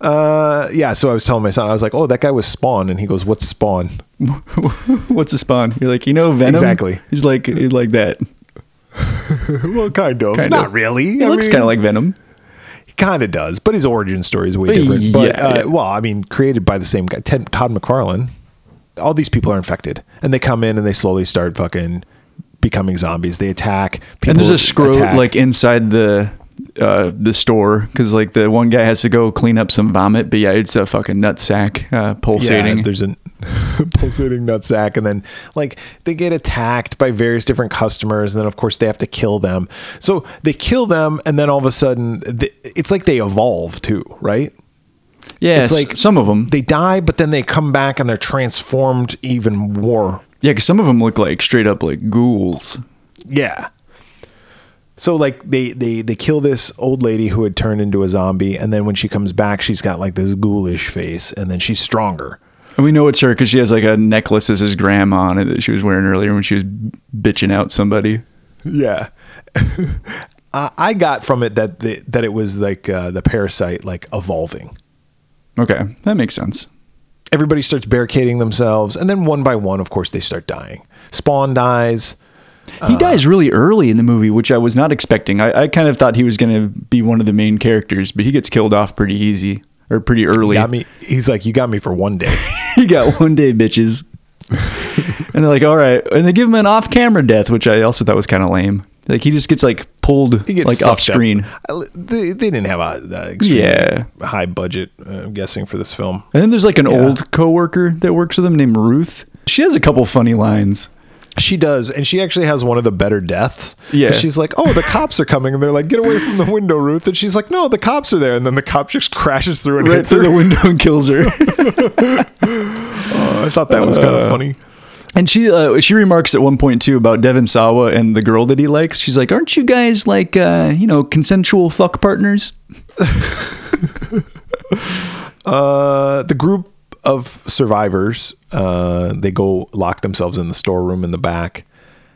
Uh, yeah. So I was telling my son, I was like, "Oh, that guy was Spawn," and he goes, "What's Spawn?" What's a spawn? You're like, you know, Venom. Exactly. He's like, he's like that. well, kind of, Kind not of. really. He looks kind of like Venom. he kind of does, but his origin story is way But different. But yeah, uh, yeah. well, I mean, created by the same guy, Ted, Todd McFarlane. All these people are infected, and they come in and they slowly start fucking becoming zombies. They attack. People And there's a scrote attack. like inside the uh, the store because like the one guy has to go clean up some vomit, but yeah, it's a fucking nut sack uh, yeah, pulsating. there's a pulsating nutsack and then like they get attacked by various different customers and then of course they have to kill them so they kill them and then all of a sudden th- it's like they evolve too right Yeah, It's it's like like- some of them. they die but then they come back and they're transformed even more yeah, because some of them look like straight up like ghouls. yeah so like they they they kill this old lady who had turned into a zombie and then when she comes back she's got like this ghoulish face and then she's stronger And we know it's her because she has like a necklace that says grandma on it that she was wearing earlier when she was bitching out somebody. Yeah. I I got from it that the, that it was like uh, the parasite like evolving. Okay, that makes sense. Everybody starts barricading themselves, and then one by one, of course, they start dying. Spawn dies. Uh-huh. He dies really early in the movie, which I was not expecting. I, I kind of thought he was going to be one of the main characters, but he gets killed off pretty easy or pretty early. Got me. He's like, you got me for one day. he got one day, bitches. and they're like, all right. And they give him an off camera death, which I also thought was kind of lame. Like, he just gets like pulled He gets like sucked off screen. up. I- They, they didn't have a, a extremely Yeah. high budget, uh, I'm guessing, for this film. And then there's like an old coworker that works with him named Ruth. She has a couple funny lines. She does, and she actually has one of the better deaths. 'Cause Yeah. she's like, "Oh, the cops are coming," and they're like, "Get away from the window, Ruth!" And she's like, "No, the cops are there." And then the cop just crashes through and Right hits through her. the window and kills her. I thought that was kind Uh. of funny. And she uh, she remarks at one point too about Devin Sawa and the girl that he likes. She's like, "Aren't you guys like uh, you know consensual fuck partners?" Uh, the group of survivors, uh, they go lock themselves in the storeroom in the back,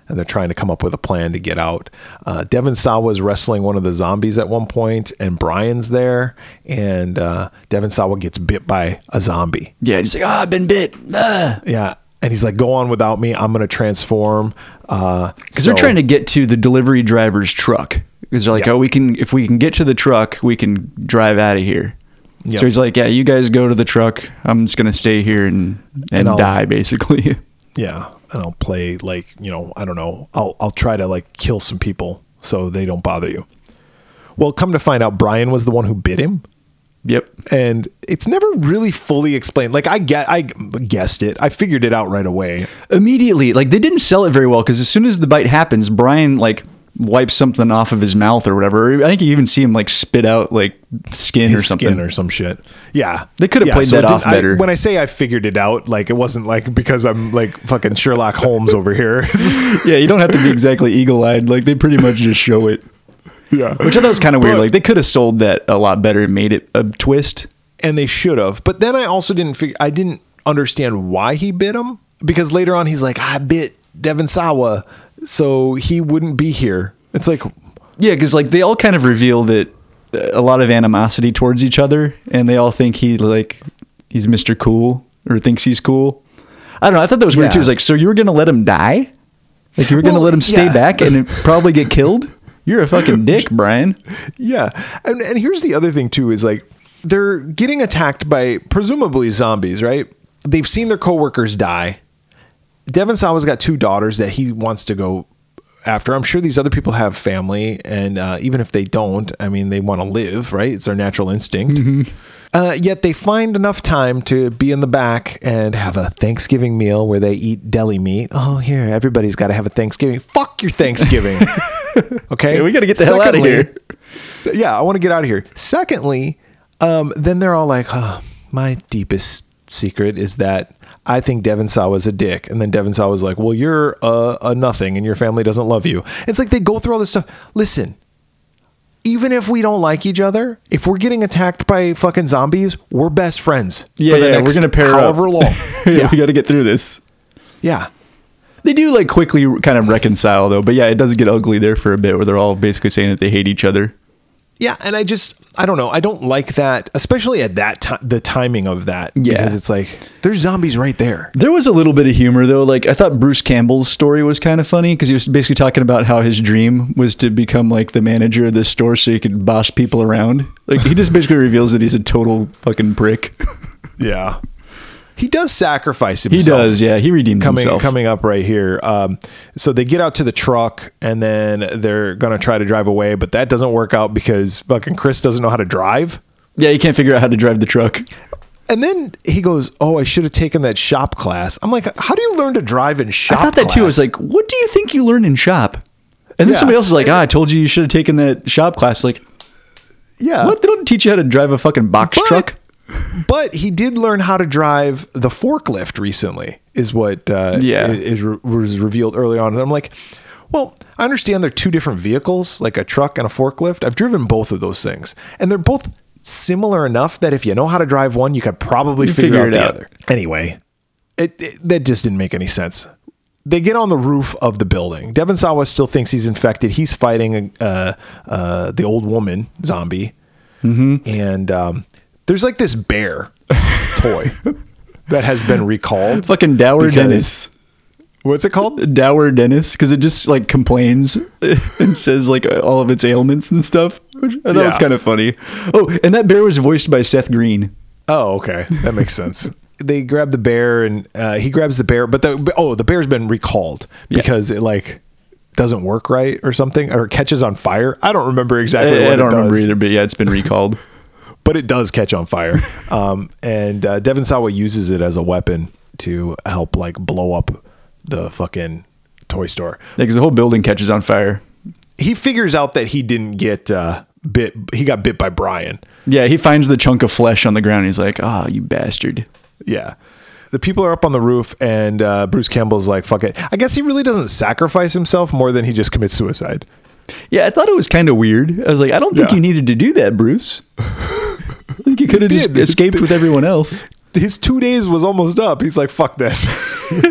and they're trying to come up with a plan to get out. Uh, Devin Sawa's wrestling one of the zombies at one point, and Brian's there, and uh, Devin Sawa gets bit by a zombie. Yeah, and he's like, "Ah, I've been bit." Ah." Because Yeah. And he's like, go on without me. I'm going to transform. Uh, Because they're trying to get to the delivery driver's truck. Because they're like, Yeah. "Oh, we can if we can get to the truck, we can drive out of here." Yeah. So he's like, "Yeah, you guys go to the truck. I'm just gonna stay here and and, And I'll- die basically." Yeah. And I'll play like, you know, I don't know. I'll I'll try to like kill some people so they don't bother you. Well, come to find out Brian was the one who bit him yep. and it's never really fully explained. Like I get I guessed it. I figured it out right away. immediately like they didn't sell it very well because as soon as the bite happens brian like wipes something off of his mouth or whatever i think you even see him like spit out like skin or His something skin or some shit. Yeah. They could have Yeah, played it that off didn't- I- better. when I say I figured it out, like it wasn't like because I'm like fucking Sherlock Holmes over here. yeah you don't have to be exactly eagle-eyed like they pretty much just show it yeah. which i thought was kind of weird But- like they could have sold that a lot better and made it a twist and they should have. But then I also didn't figure I didn't understand why he bit him because later on he's like I bit Devin Sawa so he wouldn't be here. It's like yeah because like they all kind of reveal that uh, a lot of animosity towards each other and they all think he like he's mr cool or thinks he's cool i don't know i thought that was weird Yeah. too it's like so you were gonna let him die like you were gonna Well, let him stay yeah. back and probably get killed you're a fucking dick brian yeah. And and here's the other thing too is like they're getting attacked by presumably zombies, right? They've seen their coworkers die. Devin Sawa's got two daughters that he wants to go after. I'm sure these other people have family, and uh, even if they don't, I mean, they want to live, right? It's their natural instinct. Uh, yet they find enough time to be in the back and have a Thanksgiving meal where they eat deli meat. Oh, here, everybody's got to have a Thanksgiving. Fuck your Thanksgiving. okay. Yeah, we gotta get the hell outta here. so- yeah, I want to get out of here. Secondly, um, then they're all like, oh, my deepest secret is that I think Devin Sawa was a dick. And then Devin Sawa was like, well, you're a, a nothing and your family doesn't love you. It's like they go through all this stuff. Listen, even if we don't like each other, if we're getting attacked by fucking zombies, we're best friends. yeah for the yeah next we're gonna pair however up long. yeah we yeah. gotta get through this yeah. they do like quickly kind of reconcile though but yeah it does get ugly there for a bit where they're all basically saying that they hate each other Yeah, and I just I don't know. I don't like that, especially at that time the timing of that Yeah. because it's like there's zombies right there. There was a little bit of humor though. Like I thought Bruce Campbell's story was kind of funny because he was basically talking about how his dream was to become like the manager of this store so he could boss people around. Like he just basically reveals that he's a total fucking prick. Yeah. He does sacrifice He himself. does, yeah. He redeems coming himself. coming up right here. Um, so they get out to the truck and then they're gonna try to drive away, but that doesn't work out because fucking Chris doesn't know how to drive. Yeah, he can't figure out how to drive the truck. And then he goes, "Oh, I should have taken that shop class." I'm like, "How do you learn to drive in shop?" I thought that too. I was class? like, what do you think you learn in shop? And then Yeah. somebody else is like, ah, I told you you should have taken that shop class. Like, "Yeah, what? They don't teach you how to drive a fucking box But- truck? But he did learn how to drive the forklift recently, is what uh, Yeah. i- is re- was revealed early on. And I'm like, well, I understand they're two different vehicles, like a truck and a forklift. I've driven both of those things, and they're both similar enough that if you know how to drive one, you could probably You figure figure, out it the out. other. Anyway, it, it- that just didn't make any sense. They get on the roof of the building. Devon Sawa still thinks he's infected. He's fighting uh, uh, the old woman zombie and um, there's like this bear toy that has been recalled. Fucking Dower Because- Dennis. What's it called? Dower Dennis, because it just like complains and says like all of its ailments and stuff. Which I thought was Yeah. kind of funny. Oh, and that bear was voiced by Seth Green. Oh, okay, that makes sense. They grab the bear, and uh, he grabs the bear, but the oh, the bear's been recalled Yeah. because it like doesn't work right or something, or catches on fire. I don't remember exactly. I, what I don't it does. remember either, but yeah, it's been recalled. but it does catch on fire. Um, and uh, Devin Sawa uses it as a weapon to help like blow up the fucking toy store. Because the whole building catches on fire. he figures out that he didn't get uh, bit. He got bit by Brian. Yeah, he finds the chunk of flesh on the ground. he's like, ah, you bastard. Yeah. The people are up on the roof, and uh, Bruce Campbell's like, "Fuck it." I guess he really doesn't sacrifice himself more than he just commits suicide. Yeah, I thought it was kind of weird. I was like, I don't think Yeah. you needed to do that, Bruce. I think you could have just did. It's escaped the- with everyone else. His two days was almost up. He's like, "Fuck this."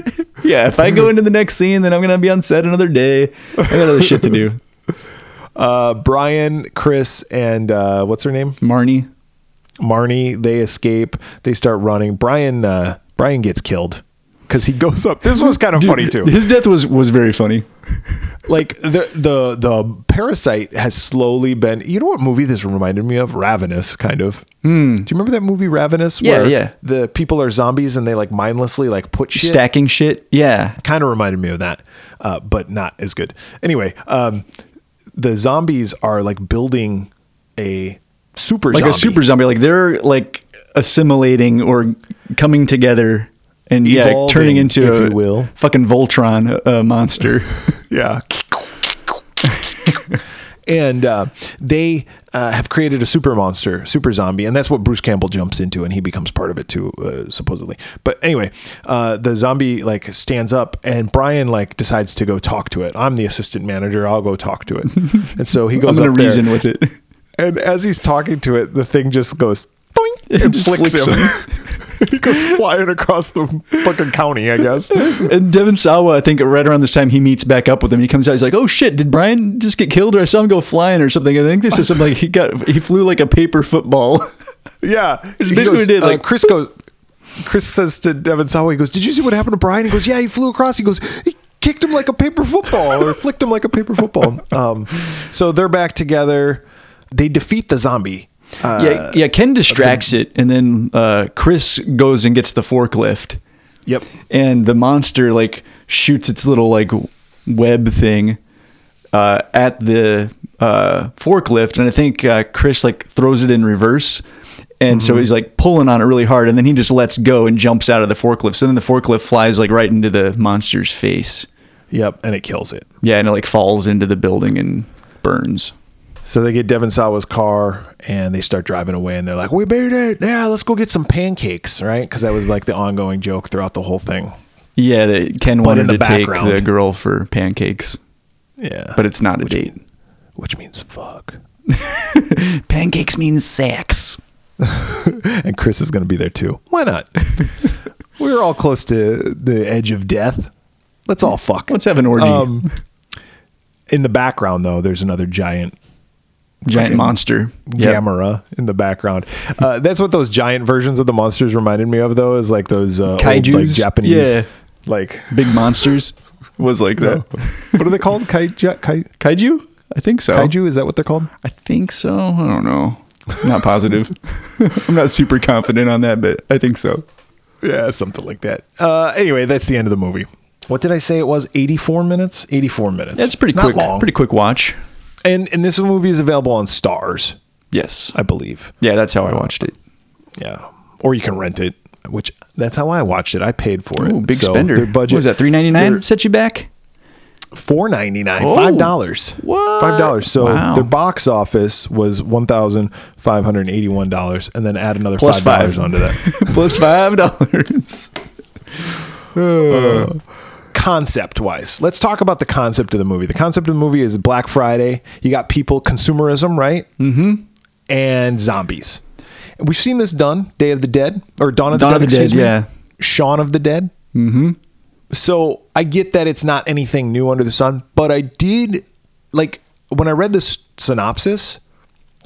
Yeah, if I go into the next scene, then I'm gonna be on set another day. I got other shit to do. Uh, Brian, Chris, and uh, what's her name, Marnie. Marnie. They escape. They start running. Brian. Uh, Brian gets killed because he goes up. This was kind of funny too. His death was was very funny. like the the the parasite has slowly been you know what movie this reminded me of ravenous kind of do you remember that movie ravenous Hmm. Yeah, yeah. the people are zombies and they like mindlessly like put shit Stacking shit. Yeah. kind of reminded me of that uh, but not as good anyway um the zombies are like building a super Like zombie. a super zombie. Like they're like assimilating or coming together and yeah, Evolving, turning into if a you will. fucking Voltron uh, monster. Yeah. and uh, they uh, have created a super monster, super zombie, and that's what Bruce Campbell jumps into, and he becomes part of it too, uh, supposedly. But anyway, uh, the zombie like stands up, and Brian like decides to go talk to it. I'm the assistant manager. I'll go talk to it. and so he I'm goes gonna up there, reason with it. and as he's talking to it, the thing just goes. boing, And Just flicks, flicks him. he goes flying across the fucking county, I guess. And Devin Sawa, I think right around this time, he meets back up with him. He comes out. He's like, "Oh shit! Did Brian just get killed, or I saw him go flying, or something?" And I think this is something like he got he flew like a paper football. Yeah, It's He basically goes, did, uh, like, Chris goes. Chris says to Devin Sawa, he goes, "Did you see what happened to Brian?" He goes, "Yeah, he flew across." He goes, "He kicked him like a paper football, or flicked him like a paper football." Um, so they're back together. They defeat the zombie. Uh, yeah, yeah. Ken distracts it, and then uh, Chris goes and gets the forklift, Yep. and the monster like shoots its little like web thing uh, at the uh, forklift, and I think uh, Chris like throws it in reverse. And Mm-hmm. so he's like pulling on it really hard, and then he just lets go and jumps out of the forklift. So then the forklift flies like right into the monster's face. Yep, and it kills it. Yeah, and it like falls into the building and burns. So they get Devin Sawa's car and they start driving away and they're like, "We made it! Yeah, let's go get some pancakes, right?" Because that was like the ongoing joke throughout the whole thing. Yeah, that Ken But in wanted to the take background. the girl for pancakes, Yeah, but it's not a date. which means fuck. Pancakes means sex. and Chris is going to be there too. Why not? We're all close to the edge of death. Let's all fuck. Let's have an orgy. Um, in the background, though, there's another giant Giant monster. Yep. camera in the background. Uh, that's what those giant versions of the monsters reminded me of, though, is like those uh, old, like, Kaijus? Japanese, Yeah. like Big monsters was like that. what are they called? Kai, ja, kai, Kaiju? I think so. kaiju? Is that what they're called? I think so. I don't know. Not positive. I'm not super confident on that, but I think so. Yeah, something like that. Uh, anyway, that's the end of the movie. What did I say? It was 84 minutes. 84 minutes. That's pretty Not quick. Long. Pretty quick watch. and and this movie is available on Stars, Yes. I believe. Yeah, that's how I watched it. Yeah. or you can rent it, which that's how I watched it. I paid for it. Ooh, big So spender. Their budget what was that? Three ninety their- nine set you back. four ninety nine, Oh. five dollars. What? Five dollars. So Wow. their box office was one thousand five hundred eighty one dollars, and then add another Plus five dollars five. onto that Plus five dollars. concept wise. Let's talk about the concept of the movie. The concept of the movie is Black Friday. You got people consumerism, right? Mm-hmm. And zombies. We've seen this done. Day of the Dead or Dawn of the Dawn of Dead. the Dead, excuse me. yeah. Shaun of the Dead. Mm-hmm. So I get that it's not anything new under the sun, but I did like when I read this synopsis.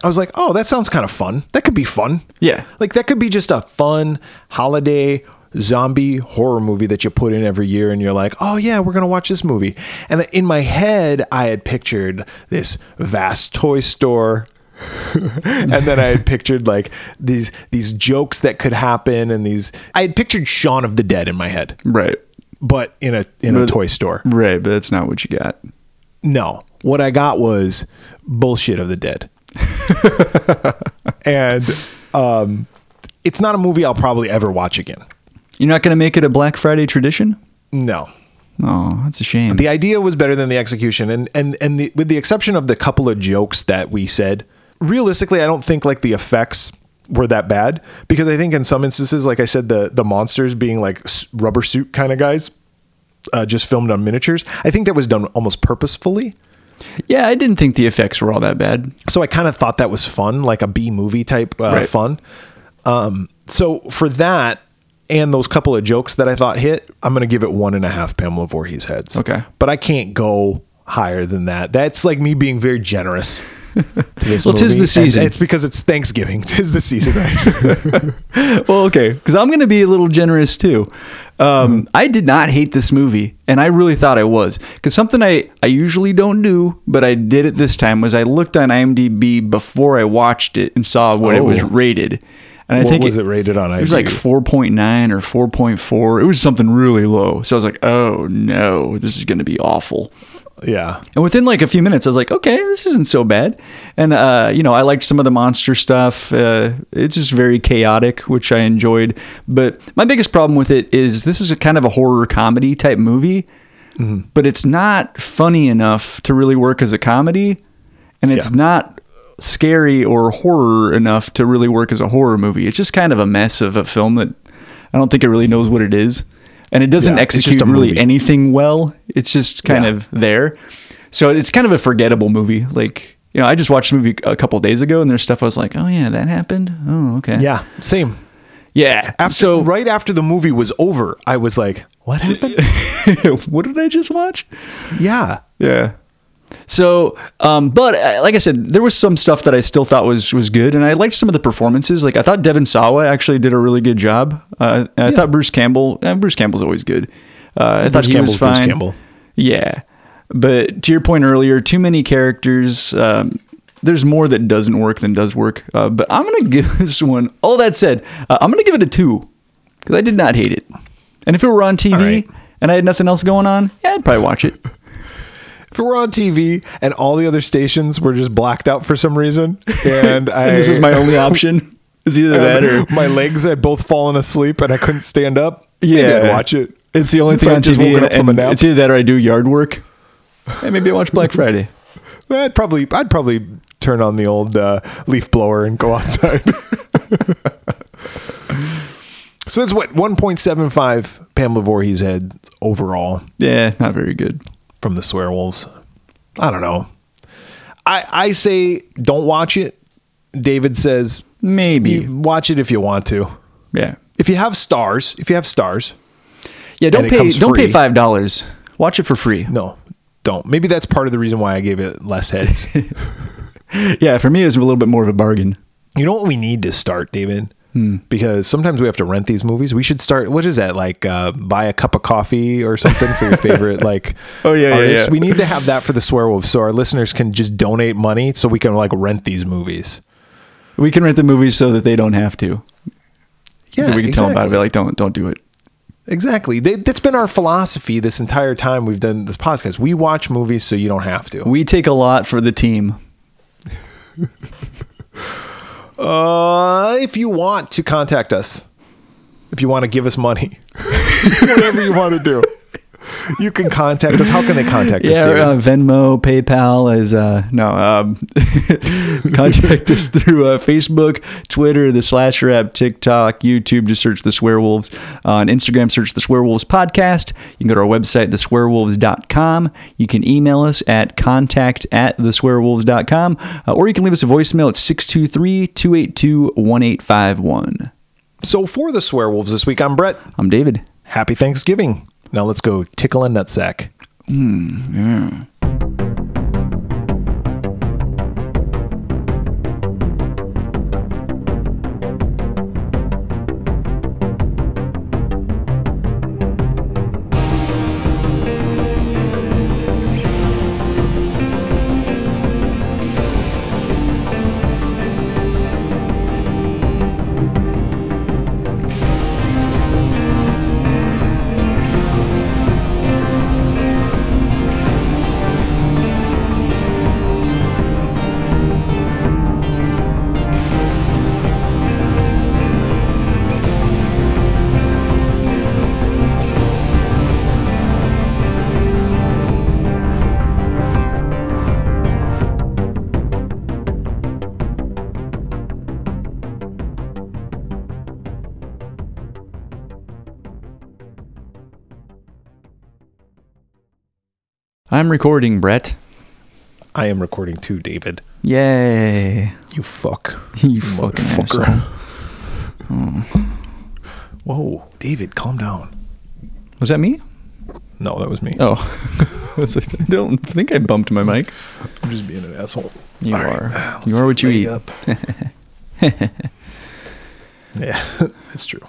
I was like, oh, that sounds kind of fun. That could be fun. Yeah. Like that could be just a fun holiday zombie horror movie that you put in every year and you're like, "Oh yeah, we're going to watch this movie." And in my head, I had pictured this vast toy store and then I had pictured like these these jokes that could happen and these I had pictured Shaun of the Dead in my head, Right. but in a in a But- toy store. Right, but that's not what you got. No. What I got was bullshit of the dead. and um, it's not a movie I'll probably ever watch again. You're not going to make it a Black Friday tradition? No. Oh, that's a shame. The idea was better than the execution and and and the, with the exception of the couple of jokes that we said, realistically I don't think like the effects were that bad because I think in some instances like I said the the monsters being like s- rubber suit kind of guys uh, just filmed on miniatures. I think that was done almost purposefully. yeah, I didn't think the effects were all that bad. so I kind of thought that was fun, like a B movie type uh, Right. fun. Um, so for that and those couple of jokes that I thought hit, I'm going to give it one and a half Pamela Voorhees heads. Okay. but I can't go higher than that. That's like me being very generous. To this Well, 'tis movie. the season. And it's because it's Thanksgiving. Tis the season, right? Well, okay, because I'm going to be a little generous too. Um, Mm-hmm. I did not hate this movie, and I really thought I was. Because something I, I usually don't do, but I did it this time, was I looked on IMDb before I watched it and saw what it was Oh. rated. And I What think was it rated on It was like IMDb? 4.9 or 4.4. It was something really low. So I was like, oh no, this is going to be awful. yeah, And within like a few minutes, I was like, okay, this isn't so bad. And, uh, you know, I liked some of the monster stuff. Uh, it's just very chaotic, which I enjoyed. But my biggest problem with it is this is a kind of a horror comedy type movie, Mm-hmm. but it's not funny enough to really work as a comedy. And it's Yeah. not scary or horror enough to really work as a horror movie. It's just kind of a mess of a film that I don't think it really knows what it is. And it doesn't Yeah, it's just execute a really movie. any anything well. It's just kind Yeah. of there. So it's kind of a forgettable movie. Like, you know, I just watched the movie a couple days ago and there's stuff I was like, oh, yeah, that happened. Oh, okay. yeah, same. Yeah. After, so, right after the movie was over, I was like, "What happened?" what did I just watch? yeah, Yeah. So, um, but uh, like I said, there was some stuff that I still thought was was good, and I liked some of the performances. Like I thought Devin Sawa actually did a really good job. Uh, and I thought Bruce Campbell. And Bruce Campbell's always good. Uh, I thought Bruce he was Campbell's Bruce fine. Campbell. Yeah, but to your point earlier, too many characters. Um, there's more that doesn't work than does work. Uh, but I'm gonna give this one. All that said, uh, I'm gonna give it a two because I did not hate it. And if it were on TV right. and I had nothing else going on, yeah, I'd probably watch it. if it were on TV and all the other stations were just blacked out for some reason, and, I, Um, and this was my only option. Is either that or my legs had both fallen asleep and I couldn't stand up. Maybe yeah, I'd watch it. It's the only If thing I on just TV, woken and, up from a and nap. it's either that or I do yard work. And maybe I watch Black Friday. I'd probably, I'd probably turn on the old uh, leaf blower and go outside. so that's what 1.75 Pamela Voorhees head overall Yeah, not very good. from the Swearwolves. I don't know. I I say don't watch it. David says Maybe. you watch it if you want to. Yeah. if you have stars, if you have stars, Yeah. Don't it pay. comes Don't pay free. five dollars. Watch it for free. no, don't. Maybe that's part of the reason why I gave it less heads. Yeah. For me, it was a little bit more of a bargain. you know what we need to start, David? Hmm. Because sometimes we have to rent these movies. We should start. What is that like? Uh, buy a cup of coffee or something for your favorite like. Oh, yeah, yeah, yeah. We need to have that for the Swearwolf, so our listeners can just donate money so we can like rent these movies. We can rent the movies so that they don't have to. Yeah, so we can tell them about it. Be like, don't, don't do it. Exactly. They, that's been our philosophy this entire time we've done this podcast. We watch movies so you don't have to. We take a lot for the team. Uh, if you want to contact us, if you want to give us money, whatever you want to do, you can contact us. How can they contact us? Yeah, David? uh, Venmo, PayPal is uh, no. Um, contact us through uh, Facebook, Twitter, the Slasher app, TikTok, YouTube. Just search the Swearwolves. on Instagram, search the Swearwolves podcast. You can go to our website, theswearwolves.com. You can email us at contact at theswearwolves.com, uh, or you can leave us a voicemail at 623 282 1851. so for the swearwolves this week, I'm Brett. I'm David. Happy Thanksgiving. Now let's go tickle a nutsack. I'm recording, Brett. I am recording too, David. Yay. You fuck. You fucking Motherfucker. asshole. Whoa, David, calm down. Was that me? No, that was me. Oh, I was like, I don't think I bumped my mic. I'm just being an asshole. You All right, Ah, are. let's You are what you wake eat. up. yeah, that's true.